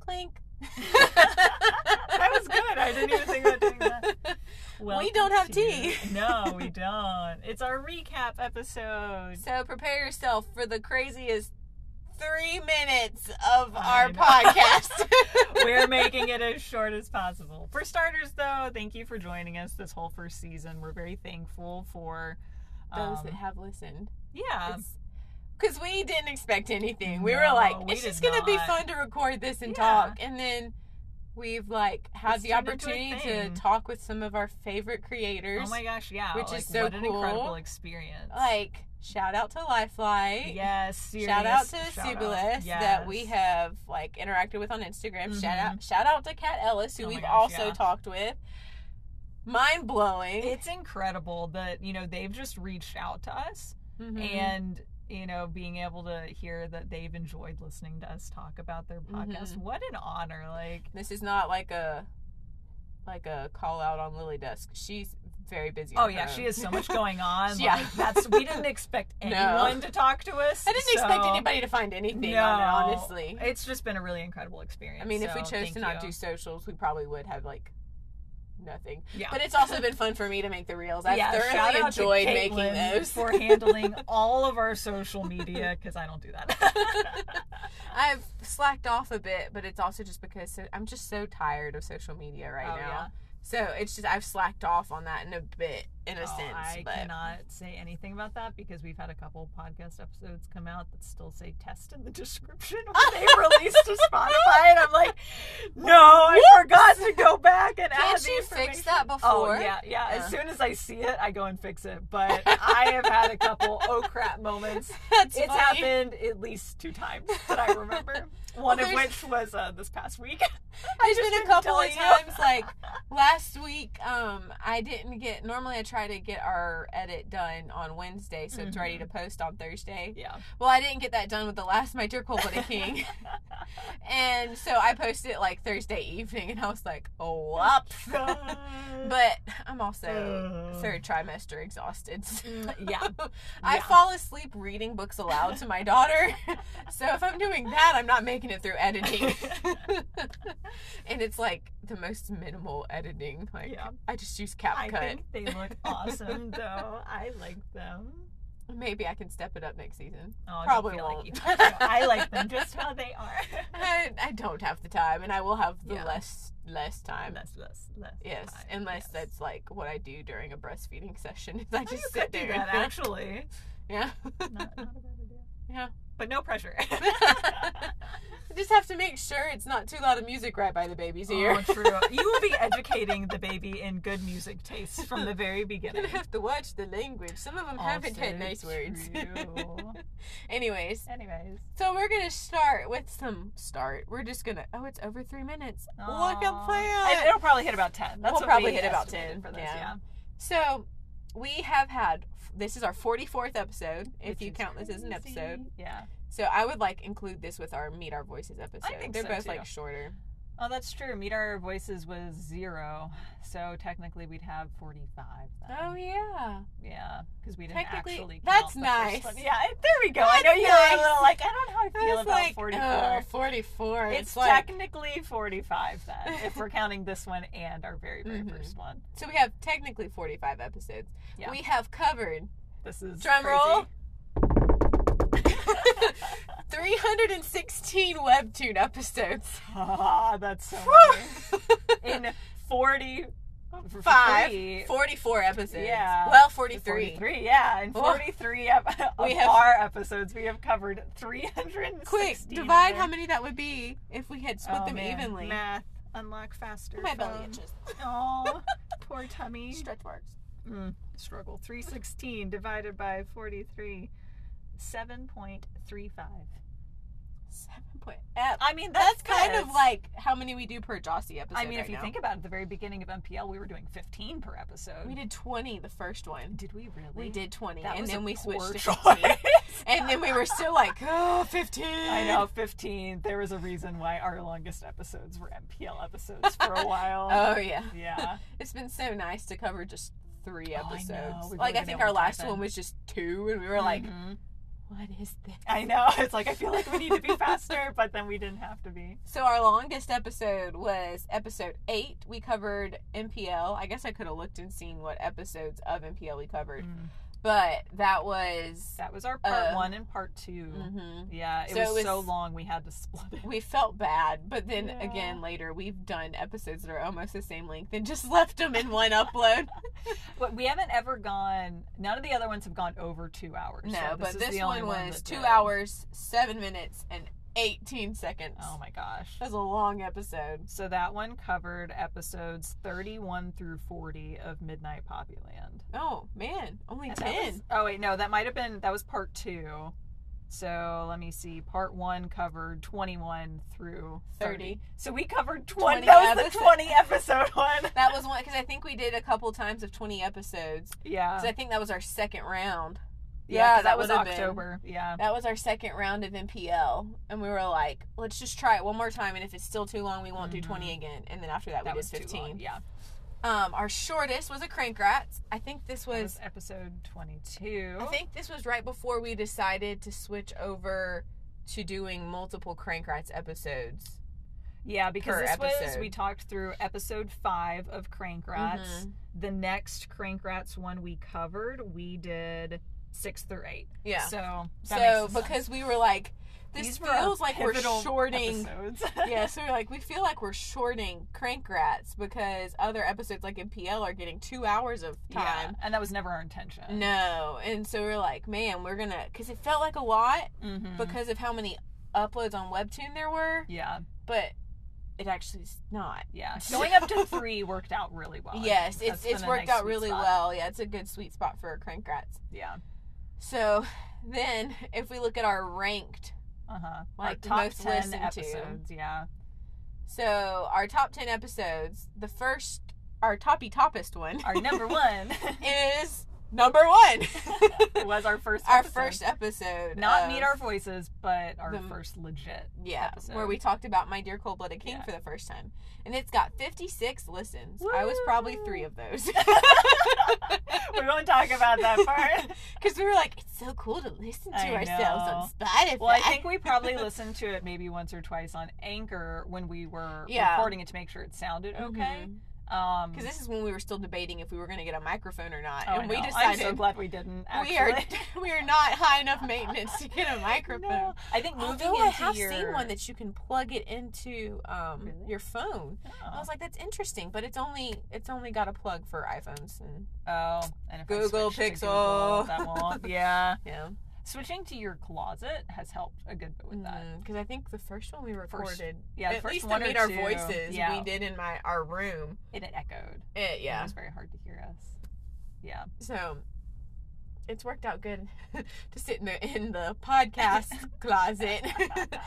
Clink. that was good. I didn't even think about doing that. We don't have tea. no, we don't. It's our recap episode. So prepare yourself for the craziest three minutes of I our know. podcast. We're making it as short as possible. For starters, though, thank you for joining us this whole first season. We're very thankful for Those um, that have listened. Yeah, Oh Because we didn't expect anything. We were No, like, we it's did just going to be not. fun to record this and Yeah. talk. And then we've like had It's the turned into a opportunity to thing. talk with some of our favorite creators. Oh my gosh, yeah. which is like, so what an cool. incredible experience. like, shout out to Lifelight. yes, serious Shout out to shout out. Subulis that we Yes. have like interacted with on Instagram. Shout Mhm. out shout out to Kat Ellis who Oh my we've gosh, also yeah. talked with. Mind blowing. It's incredible that, you know, they've just reached out to us Mm-hmm. and you know, being able to hear that they've enjoyed listening to us talk about their podcast. Mhm. What an honor. Like this is not like a like a call out on Lily Dusk. She's very busy. Oh on her yeah, she own. has so much going on. Yeah. Like, that's we didn't expect No. anyone to talk to us. I didn't expect so- anybody to find anything No, on it, honestly. It's just been a really incredible experience. I mean, if we so chose thank to not you. do socials, we probably would have like nothing. yeah. But it's also been fun for me to make the reels. I've Yeah, shout thoroughly out to enjoyed making Caitlin those. for handling all of our social media because I don't do that. I've slacked off a bit, but it's also just because so, I'm just so tired of social media right Oh, now. yeah. So it's just I've slacked off on that in a bit, in a Oh, sense. I but cannot say anything about that because we've had a couple podcast episodes come out that still say test in the description when they released to Spotify, and I'm like, no, I forgot to go back and add can't the you fix information." that before? Uh. Oh yeah, yeah. Yeah. As soon as I see it, I go and fix it. But I have had a couple oh crap moments. That's It's funny. happened at least two times that I remember. One of there's- which was uh, this past week. There's just been a didn't couple tell of you. times like last week um I didn't get normally I try to get our edit done on Wednesday so it's ready Mhm. to post on Thursday. Yeah. Well, I didn't get that done with the last My Dear Cold a King. and so I posted it like Thursday evening and I was like, "Oh, up." but I'm also third trimester exhausted. so Uh. Mm, yeah. I Yeah. fall asleep reading books aloud to my daughter. so if I'm doing that, I'm not making it through editing. and it's like the most minimal editing. Like Yeah. I just use I CapCut. think they look awesome though. I like them. Maybe I can step it up next season. Oh, I don't Probably feel won't. Like you have to. I like them just how they are. I, I don't have the time and I will have the Yeah. less less time. less, less, less. Yes, time. unless Yes. that's like what I do during a breastfeeding session. Is I Oh, you just could sit do there. that actually. Yeah. Not, not a bad idea. Yeah. But no pressure. I just have to make sure it's not too loud of music right by the baby's ear. Oh, true. You will be educating the baby in good music tastes from the very I'm beginning. gonna have to watch the language. Some Oh, of them haven't had Also nice words. true. Anyways, Anyways. so we're gonna start with some start. We're just gonna. Oh, it's over three minutes. Look, I'm Aw. playing. And It'll probably hit about 10. That's We'll what probably we hit about 10, estimated For this, yeah. yeah. So, we have had. This is our 44th episode, if Which you is count this as an crazy. episode. Yeah. So I would like include this with our Meet Our Voices episode. think They're so, both too. like shorter. Oh, that's true. Meet Our Voices was zero. So technically we'd have 45. Then. Oh yeah. Yeah. Because we didn't Technically- actually. Count that's the first nice. one. Yeah. There we go. I That's know you're nice. a little like, I don't know how I I feel was about like, 44. Oh, 44. It's, It's, like technically 45 then, if we're counting this one and our very, very Mhm. first one. so we have technically 45 episodes. Yeah. We have covered This is drum crazy. roll 316 webtoon episodes. Ah, that's so In amazing. in 40 five, three- 44 episodes. Yeah. Well, 43. 43, yeah, in Oh. 43 ep- of We have- our episodes, we have covered 316. Quick, of divide them. how many that would be if we had split Oh, them man. evenly. Math, unlock faster. My belly phone. itches. Oh, poor tummy. Stretch marks. Mm, struggle. 316 divided by 43, 7.35. 7.0. I mean, That's Oh, that's, kind good. of like how many we do per Jossie episode. I mean, if right you now. think about it, at the very beginning of MPL, we were doing 15 per episode. we did 20 the first one. Did we really? We did 20 That and was a then we switched poor to choice. 15. and then we were still like, oh, 15. I know, 15. There was a reason why our longest episodes were MPL episodes for a while. Oh yeah. Yeah. It's been so nice to cover just three Oh, I know. episodes. We've Like really I think been our able to Mm-hmm. last dive in. one was just two and we were like, what is this? I know. It's like I feel like we need to be faster, but then we didn't have to be. So our longest episode was episode eight. We covered MPL. I guess I could have looked and seen what episodes of MPL we covered, Mm. but that was. That was our part Uh, one and part 2 hmm Yeah, it, So it was was- Mm-hmm. so long we had to split it. We felt bad, but then Yeah. again later we've done episodes that are almost the same length and just left them in one upload. But we haven't ever gone. None of the other ones have gone over two hours. No, so but is this the only one was that two did. hours, seven minutes, and 18 seconds. Oh my gosh. That was a long episode. So that one covered episodes 31 through 40 of Midnight Poppyland. Oh man, only And that 10. was- oh wait, no, that might have been that was part 2. So let me see. Part 1 covered 21 through 30. 30. So we covered 20, 20 that was the episodes. 20 episode one. That was one because I think we did a couple times of 20 episodes. yeah. 'Cause I think that was our second round. yeah, yeah, 'cause that that was would've been- October. Yeah. That was our second round of MPL, and we were like, let's just try it one more time, and if it's still too long, we won't Mhm. do 20 again. And then after that, That we was did too long. 15. Yeah. Um, our shortest was a crank rats. I think this That was was episode 22. I think this was right before we decided to switch over to doing multiple crank rats episodes. Yeah, because per this was episode. Mm-hmm. we talked through episode five of Crank Rats. The next Crank Rats one we covered, we did six through eight. Yeah. So that So makes some sense. because we were like, this These were our feels like we're pivotal shorting. episodes. yeah, so we're like, we feel like we're shorting crank rats because other episodes like in PL are getting two hours of yeah, time. and that was never our intention. No, and so we're like, man, we're gonna because it felt like a lot Mhm. because of how many uploads on Webtoon there were, yeah, but it actually is not. yeah, going up to three worked out really well. I yes, think. it's That's it's been a worked nice out sweet really spot. well. Yeah, it's a good sweet spot for crank rats. Yeah, So then, if we look at our ranked, uh huh. Like the top most ten listened to. episodes. Yeah, so our top ten episodes, the first, our toppy toppest one our number one is number one. was our first. our episode. first episode, not of- meet our voices, but our the- first legit. yeah, episode. where we talked about my dear cold blooded king Yeah. for the first time, and it's got fifty six listens. I was probably Woo! three of those. we won't talk about that part. Because we were like, it's so cool to listen to I ourselves on Spotify. Well, I think we probably listened to it maybe once or twice on Anchor when we were Yeah. recording it to make sure it sounded okay. Mhm. Um, Because this is when we were still debating if we were going to get a microphone or not, oh, I and we know. I'm decided so glad we didn't. Actually. we are we are not high enough maintenance to get a microphone. No. I think moving Although into I have your, seen one that you can plug it into um, Really? your phone. I oh, was like, that's interesting, but it's only it's only got a plug for iPhones and oh, and if I Google switch to Pixel. that won't. yeah, yeah, switching to your closet has helped a good bit with that. because I think the first one we recorded, Yeah, the Mm. at first least to one or meet our two, voices, Yeah, we did in my our room. and it echoed. It, It yeah, was very hard to hear us. Yeah, so it's worked out good to sit in the in the podcast closet.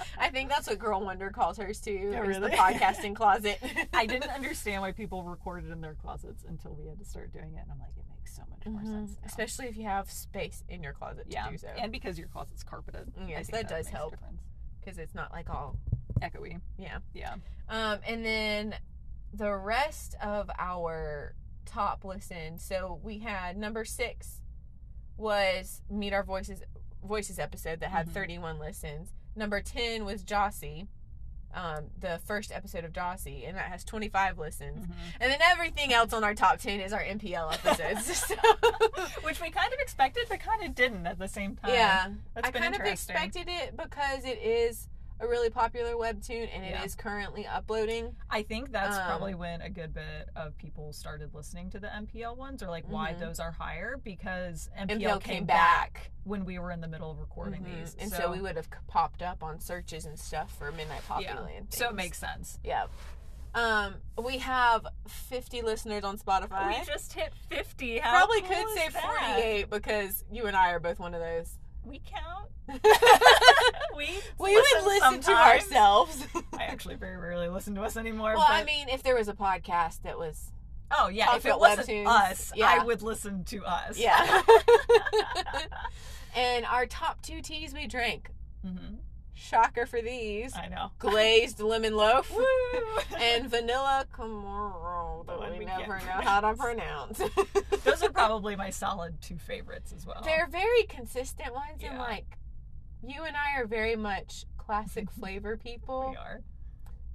I think that's what Girl Wonder calls hers too. Oh, is the really? podcasting closet. I didn't understand why people recorded in their closets until we had to start doing it, and I'm like, it makes so much more Mhm. sense. now. Especially if you have space in your closet yeah, to do so. and because your closet's carpeted. I Yes, think that does makes a help. difference. Because it's not like all. Echoey. Yeah. Yeah. Um, and then the rest of our top listen. So we had number six was Meet Our Voices Voices episode that had Mhm. 31 listens. Number 10 was Jossie. Um, the first episode of Jossie, and that has 25 listens. Mm. Mm-hmm. And then everything else on our top 10 is our MPL episodes. so, Which we kind of expected, but kind of didn't at the same time. yeah. That's I been kind of interesting. expected it because it is a really popular webtoon and it is Yeah. currently uploading. I think that's Um, probably when a good bit of people started listening to the MPL ones or like why Mhm. those are higher because MPL, MPL came, came back. back. when we were in the middle of recording Mhm. these. And so, we would have c- popped up on searches and stuff for Midnight Poppy Yeah. Land. So it things. makes sense. Yeah. Um, we have 50 listeners on Spotify. We just hit 50. How Probably cool could is say that? 48 because you and I are both one of those. We count. we we would listen to sometimes. ourselves. I actually very rarely listen to us anymore. well, I but- mean, if there was a podcast that was. oh yeah, if Talking it about wasn't webtoons, us, I yeah. would listen to us. Yeah. and our top two teas we drank. hmm Shocker for these. I know. glazed lemon loaf Woo! and vanilla Camaro The one that we we can't never know how to pronounce. those are probably my solid two favorites as well. They're very consistent ones and Oh. Yeah. like you and I are very much classic flavor people. We are.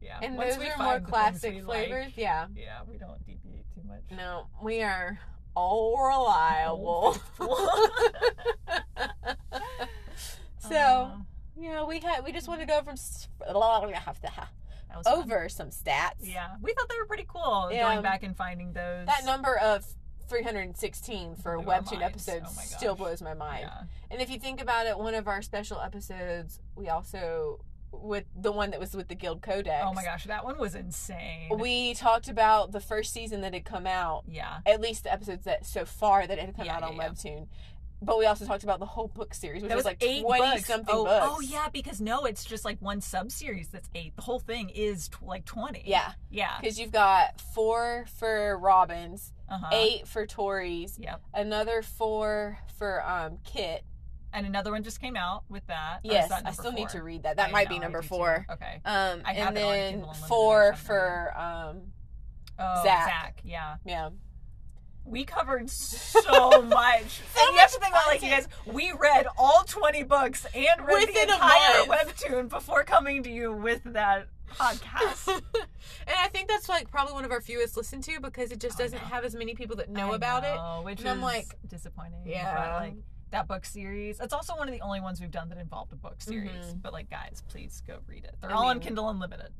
Yeah. And Once those we are find more the things we classic like, flavors. Yeah. yeah, we don't deviate too much. No, we are all reliable. so Uh, yeah, we had we just wanted to go from s- over that was fun. some stats. Yeah, we thought they were pretty cool. Yeah. Going back and finding those. That number of 316 for Blew our Webtoon minds. episodes Oh my gosh. still blows my mind. Yeah. And if you think about it, one of our special episodes, we also with the one that was with the Guild Codex. Oh my gosh, that one was insane. We talked about the first season that had come out, yeah. at least the episodes that so far that had come Yeah, out yeah, on yeah. Webtoon. But we also talked about the whole book series, which That was, was like eight twenty books. something oh, books. Oh yeah, because no, it's just like one sub series that's eight. The whole thing is tw- like twenty. yeah, Yeah. because you've got four for Robbins, Uh-huh. eight for Tories, Yep. another four for um, Kit. And another one just came out with that. Or is Yes, that I Oh, number still need four? to read that. That I might be know, I number do too. four. Okay. Um, I and have it on then Kindle Unlimited, four I just for haven't um, Oh, Zach. Zach. Yeah. yeah. We covered so much. and that's the thing about like you guys, content. we read all twenty books and read Within a the entire month. webtoon before coming to you with that podcast. and I think that's like probably one of our fewest listened to because it just I doesn't know. have as many people that I know about it. know, which And I'm is like, disappointing. yeah. but, like that book series. It's also one of the only ones we've done that involved a book series. Mhm. But like, guys, please go read it. They're I all on mean, Kindle Unlimited.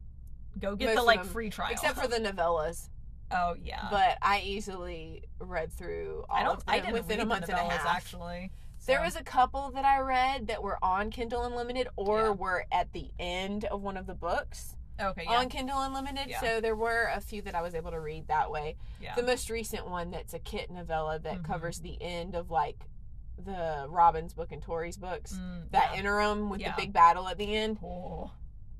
Go get most the of like them, free trial. Except for the novellas, oh yeah, but I easily read through all I don't. of them I didn't within read a month the and a novellas, half. actually. There so- was a couple that I read that were on Kindle Unlimited or Yeah. were at the end of one of the books okay. Yeah, on Kindle Unlimited. Yeah. So there were a few that I was able to read that way. yeah. The most recent one that's a kit novella that Mhm. covers the end of like the Robbins book and Tori's books. Mm, That yeah. interim with Yeah. the big battle at the end. Oh,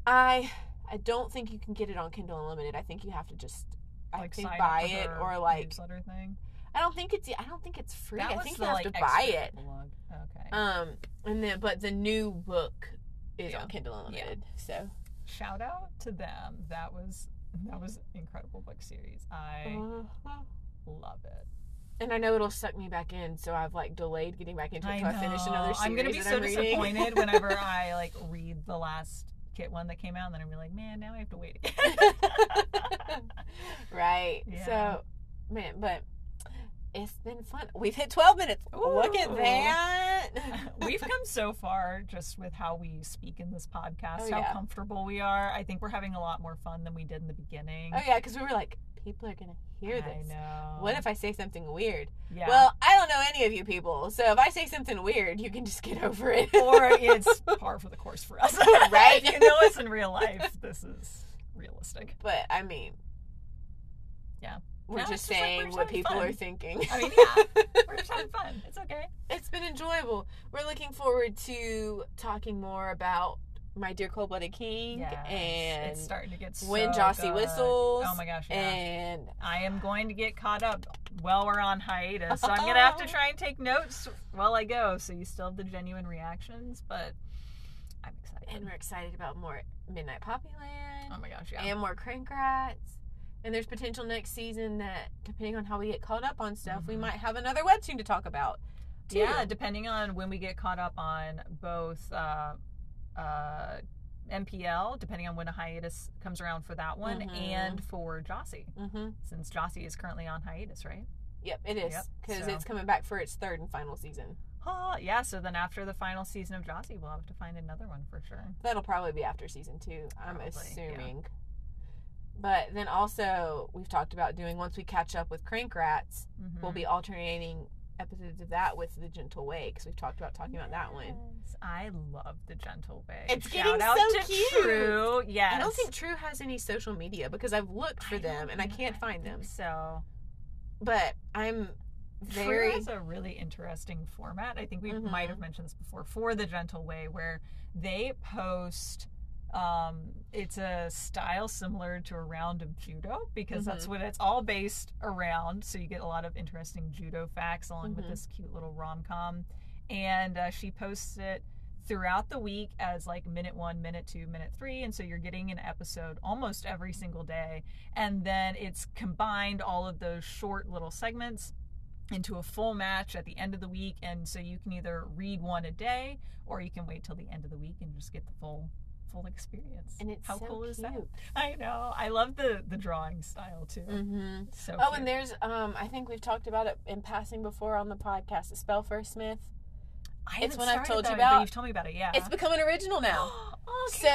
I I don't think you can get it on Kindle Unlimited. I think you have to just I like think sign up buy for it their or like newsletter thing. I don't think it's I don't think it's free. That I was think the, you have like, to buy extra it. blog. Okay. Um and then but the new book is Yeah. on Kindle Unlimited. So Shout out to them. That was that was an incredible book series. I Uh-huh. love it. and I know it'll suck me back in, so I've like delayed getting back into it until I, finish another series. I'm gonna be that so I'm reading. disappointed whenever I like read the last kit one that came out, and then I'm gonna be like, man, now I have to wait. Again. right. Yeah. So, man, but it's been fun. We've hit 12 minutes. Look at Ooh. that. We've come so far just with how we speak in this podcast, Oh, how yeah. comfortable we are. I think we're having a lot more fun than we did in the beginning. oh, yeah, because we were like, people are going to hear I this. know. What if I say something weird? Yeah. Well, I don't know any of you people, so if I say something weird, you can just get over it. or it's par for the course for us, Right. if you know us in real life. This is realistic. but I mean, Yeah. We're No, just it's just like we're saying just what having people fun. are thinking. I mean, yeah, we're just having fun. It's okay. it's been enjoyable. We're looking forward to talking more about my dear cold blooded king Yes, and it's starting to get so when Jossie good. whistles Oh my gosh! Yeah. and I am going to get caught up while we're on hiatus, so I'm gonna have to try and take notes while I go. So you still have the genuine reactions, but I'm and excited. we're excited about more Midnight Poppyland Oh my gosh! Yeah. and more Crankrats. And there's potential next season that, depending on how we get caught up on stuff, we Mhm. might have another webtoon to talk about. too. Yeah, depending on when we get caught up on both uh, uh, MPL, depending on when a hiatus comes around for that one, Mhm. and for Jossie, hmm since Jossie is currently on hiatus, right? Yep, it is Yep, because so- it's coming back for its third and final season. Oh, yeah. So then after the final season of Jossie, we'll have to find another one for sure. That'll probably be after season two, I'm Probably, yeah. assuming. But then also, we've talked about doing once we catch up with Crankrats, Mhm. we'll be alternating episodes of that with The Gentle Way because we've talked about talking about that one. Yes, I love the gentle way. It's Shout getting out so to cute. True. Yes. I don't think True has any social media because I've looked for I them don't and I know. can't find think them. So But I'm Very. very True is a really interesting format. I think we Mhm. might have mentioned this before for the gentle way, where they post. Um, it's a style similar to a round of judo because that's what it's all based around. So you get a lot of interesting judo facts along with Mhm. this cute little rom com, and uh, she posts it throughout the week as like minute one, minute two, minute three. And so you're getting an episode almost every single day. And then it's combined all of those short little segments into a full match at the end of the week. And so you can either read one a day or you can wait till the end of the week and just get the full full experience. And it's how so cool is that? cute. I know. I love the the drawing style too. Mm-hmm. So Oh, cute. and there's um, I think we've talked about it in passing before on the podcast. Spellfur Smith. I it's haven't one I've started told you that, about. But you've told me about it. Yeah. It's become an original now. oh, so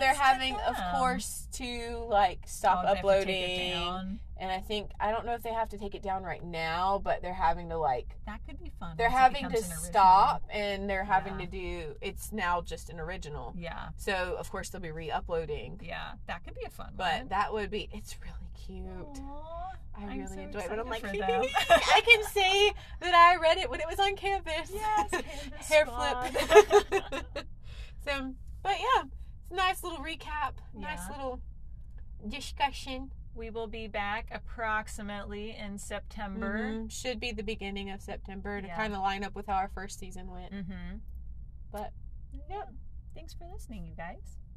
they're congratulations to having, of them. course, to like stop Oh, they have to take uploading. it down. And I think I don't know if they have to take it down right now, but they're having to like That could be fun. they're once it having to becomes an original. stop and they're having Yeah. to do it's now just an original. Yeah. So of course they'll be re-uploading, Yeah. That could be a fun but one. that would be it's really cute. Aw, I I'm really so enjoy it, but I'm like, excited for them. I can say that I read it when it was on campus. Yes, Canvas hair Squad. flip. so, but yeah, it's a nice little recap, nice Yeah. little discussion. We will be back approximately in September. Mhm. Should be the beginning of September to Yeah. Mm. kind of line up with how our first season went. Mm-hmm. But Yep. Thanks for listening, you guys.